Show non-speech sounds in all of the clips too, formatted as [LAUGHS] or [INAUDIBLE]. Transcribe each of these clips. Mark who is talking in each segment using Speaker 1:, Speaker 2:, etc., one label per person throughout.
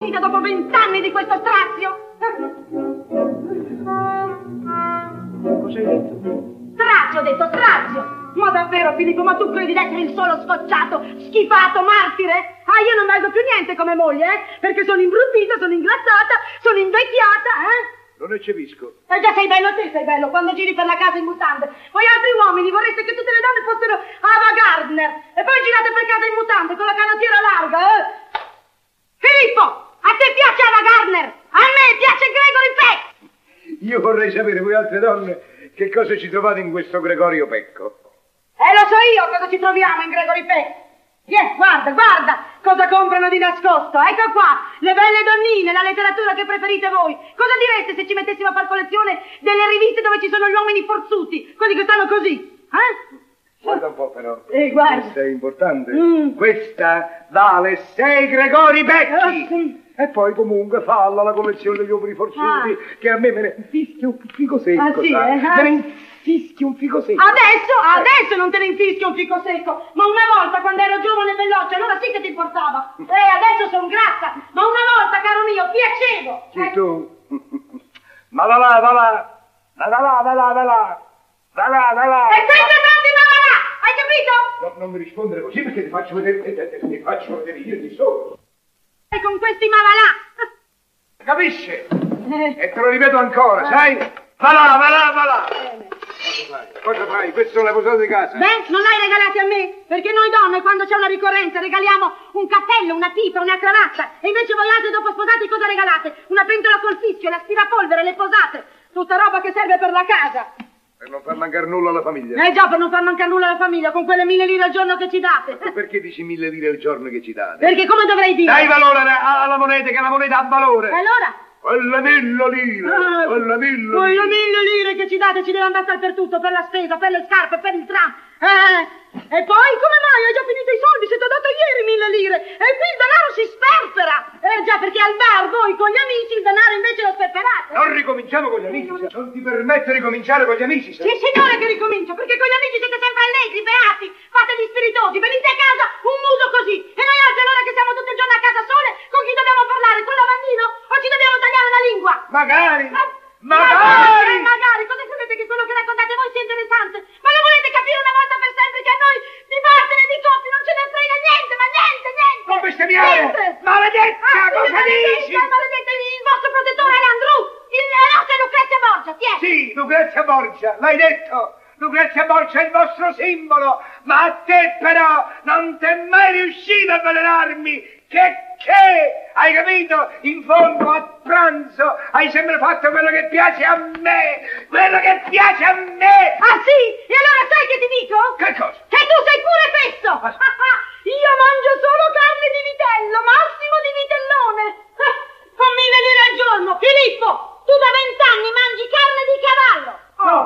Speaker 1: Fino dopo vent'anni di questo strazio!
Speaker 2: Cosa hai detto?
Speaker 1: Strazio, ho detto, strazio! Ma davvero, Filippo, ma tu credi di essere il solo scocciato, schifato, martire? Ah, io non valgo più niente come moglie, eh? Perché sono imbruttita, sono ingrassata, sono invecchiata, eh?
Speaker 2: Non eccepisco.
Speaker 1: E già sei bello te, sei bello, quando giri per la casa in mutande. Voi altri uomini vorreste che tutte le donne fossero Ava Gardner. E poi girate per casa in mutande con la canottiera larga, eh? Filippo, a te piace Ava Gardner? A me piace Gregory Peck!
Speaker 2: Io vorrei sapere voi altre donne che cosa ci trovate in questo Gregorio Pecco.
Speaker 1: E Eh, lo so io cosa ci troviamo in Gregory Peck. Tiè, guarda, guarda cosa comprano di nascosto. Ecco qua, le belle donnine, la letteratura che preferite voi. Cosa direste se ci mettessimo a far collezione delle riviste dove ci sono gli uomini forzuti, quelli che stanno così?
Speaker 2: Guarda
Speaker 1: Eh?
Speaker 2: un po' però.
Speaker 1: Eh, guarda.
Speaker 2: Questa è importante.
Speaker 1: Mm.
Speaker 2: Questa vale sei Gregori Becchi.
Speaker 1: Ah, sì.
Speaker 2: E poi comunque falla la collezione degli uomini forzuti
Speaker 1: Ah.
Speaker 2: che a me me ne fischia un fico secco.
Speaker 1: Ah, sì,
Speaker 2: sai.
Speaker 1: eh, ah.
Speaker 2: Me ne fischia un fico secco. Eh,
Speaker 1: Adesso, adesso non te ne infischio un fico secco, ma una volta quando ero giovane e veloce, allora sì che ti importava. E adesso sono grassa, ma una volta, caro mio, Eh, piacevo.
Speaker 2: Sì, tu. [LAUGHS] Ma va là, va là. Va là, va là, va là. Va là, va là.
Speaker 1: E sempre tanti mamma là, hai capito?
Speaker 2: No, non mi rispondere così perché ti faccio vedere, eh, eh, ti faccio vedere io di solo.
Speaker 1: E con questi [LAUGHS] mavalà!
Speaker 2: Capisce?
Speaker 1: Eh.
Speaker 2: E te lo ripeto ancora, sai? Va là, va là, va là. Cosa fai? Cosa fai? Queste sono le posate di casa.
Speaker 1: Beh, non l'hai regalati a me, perché noi donne quando c'è una ricorrenza regaliamo un cappello, una pipa, una cravatta, e invece voi altre dopo sposati cosa regalate? Una pentola col fischio, l'aspirapolvere, le posate, tutta roba che serve per la casa.
Speaker 2: Per non far mancare nulla alla famiglia.
Speaker 1: Eh già, per non far mancare nulla alla famiglia, con quelle mille lire al giorno che ci
Speaker 2: Ma
Speaker 1: date.
Speaker 2: Perché dici mille lire al giorno che ci date?
Speaker 1: Perché come dovrei dire?
Speaker 2: Dai valore alla alla moneta, che la moneta ha valore.
Speaker 1: E allora?
Speaker 2: Quelle mille lire,
Speaker 1: Ah,
Speaker 2: quelle mille
Speaker 1: Quelle
Speaker 2: lire.
Speaker 1: mille lire che ci date ci deve andare dappertutto, per la spesa, per le scarpe, per il tram. Eh, e poi come mai hai già finito i soldi se ti ho dato ieri mille lire? E qui il denaro si sperpera. Eh già, perché al bar voi con gli amici il denaro invece lo sperperate.
Speaker 2: Non ricominciamo con gli amici. sa. Non ti permetto di cominciare con gli amici. sa.
Speaker 1: Sì, signore, che ricomincio, perché con gli amici siete sempre allegri, beati, fate gli spiritosi, venite a casa un muso così. E noi altri allora che siamo tutto il giorno a casa sole, con chi dobbiamo parlare? Con la lavandino? O ci dobbiamo tagliare la lingua?
Speaker 2: Magari.
Speaker 1: Ma- eh,
Speaker 2: Magari.
Speaker 1: magari! Cosa credete che quello che raccontate voi sia interessante? Ma lo volete capire una volta per sempre che a noi di martire di conti non ce ne frega niente, ma niente, niente!
Speaker 2: Non bestemmiare!
Speaker 1: Niente!
Speaker 2: Maledetta,
Speaker 1: Ah, sì,
Speaker 2: cosa
Speaker 1: maledetta,
Speaker 2: dici?
Speaker 1: Maledetta, il vostro protettore è Andrew! Il eh, la nostra Lucrezia Borgia, ti è!
Speaker 2: Sì, Lucrezia Borgia, l'hai detto! Lucrezia Borgia è il vostro simbolo! Ma a te però non ti è mai riuscito a avvelenarmi! Che che? Hai capito? In fondo a pranzo hai sempre fatto quello che piace a me! Quello che piace a me!
Speaker 1: Ah sì? E allora sai che ti dico?
Speaker 2: Che cosa?
Speaker 1: Che tu sei pure fesso!
Speaker 2: Ah,
Speaker 1: [LAUGHS]
Speaker 2: sì.
Speaker 1: Io mangio solo carne di vitello, massimo di vitellone! [LAUGHS] Con mille lire al giorno! Filippo, tu da vent'anni mangi carne di cavallo!
Speaker 2: No!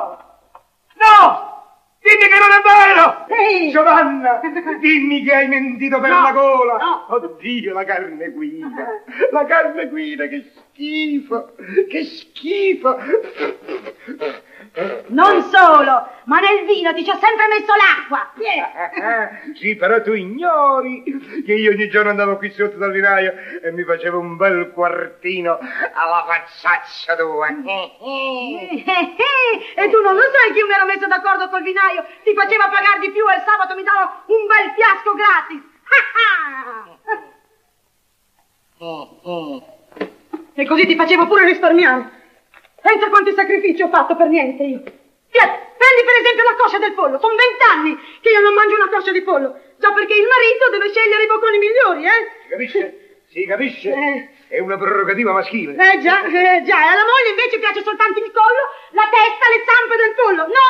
Speaker 2: No! Dimmi che non è vero!
Speaker 1: Sì.
Speaker 2: Giovanna, dimmi che hai mentito per
Speaker 1: No,
Speaker 2: la gola!
Speaker 1: no.
Speaker 2: Oddio, la carne guida! La carne guida, che schifo! Che schifo!
Speaker 1: Non solo, ma nel vino ti ci ho sempre messo l'acqua!
Speaker 2: sì, però tu ignori che io ogni giorno andavo qui sotto dal vinaio e mi facevo un bel quartino alla facciaccia tua.
Speaker 1: Eh, eh, eh, [LAUGHS] E tu non lo sai che io mi ero messo d'accordo col vinaio, ti faceva pagare di più e il sabato mi dava un bel fiasco gratis! [LAUGHS]
Speaker 2: Mm.
Speaker 1: E così ti facevo pure risparmiare. Pensa quanti sacrifici ho fatto per niente io. Tiè, prendi per esempio la coscia del pollo. Sono vent'anni che io non mangio una coscia di pollo. Già perché il marito deve scegliere i bocconi migliori, eh?
Speaker 2: Si capisce? Si capisce?
Speaker 1: Eh.
Speaker 2: È una prerogativa maschile.
Speaker 1: Eh già, eh già, e alla moglie invece piace soltanto il collo, la testa, le zampe del pollo. No,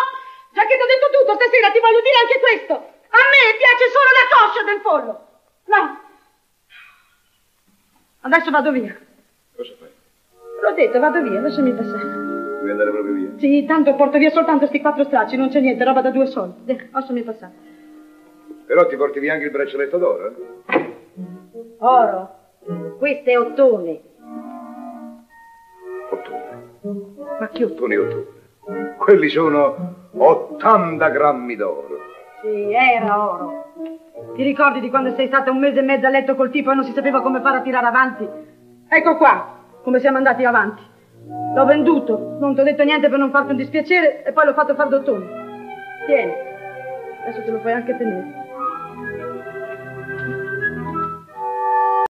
Speaker 1: già che ti ho detto tutto, stasera ti voglio dire anche questo. A me piace solo la coscia del pollo. No. Adesso vado via.
Speaker 2: Cosa fai?
Speaker 1: L'ho detto, vado via, lasciami passare.
Speaker 2: Vuoi andare proprio via?
Speaker 1: Sì, tanto porto via soltanto sti quattro stracci, non c'è niente, roba da due soldi. Deh, lasciami passare.
Speaker 2: Però ti porti via anche il braccialetto d'oro? eh?
Speaker 1: Oro, questo è ottone.
Speaker 2: Ottobre.
Speaker 1: Ma che ottone?
Speaker 2: Ottone e ottobre. Quelli sono 80 grammi d'oro.
Speaker 1: Sì, era oro. Ti ricordi di quando sei stata un mese e mezzo a letto col tipo e non si sapeva come fare a tirare avanti? Ecco qua, come siamo andati avanti. L'ho venduto, non ti ho detto niente per non farti un dispiacere e poi l'ho fatto far dottone. Tieni, adesso te lo puoi anche tenere.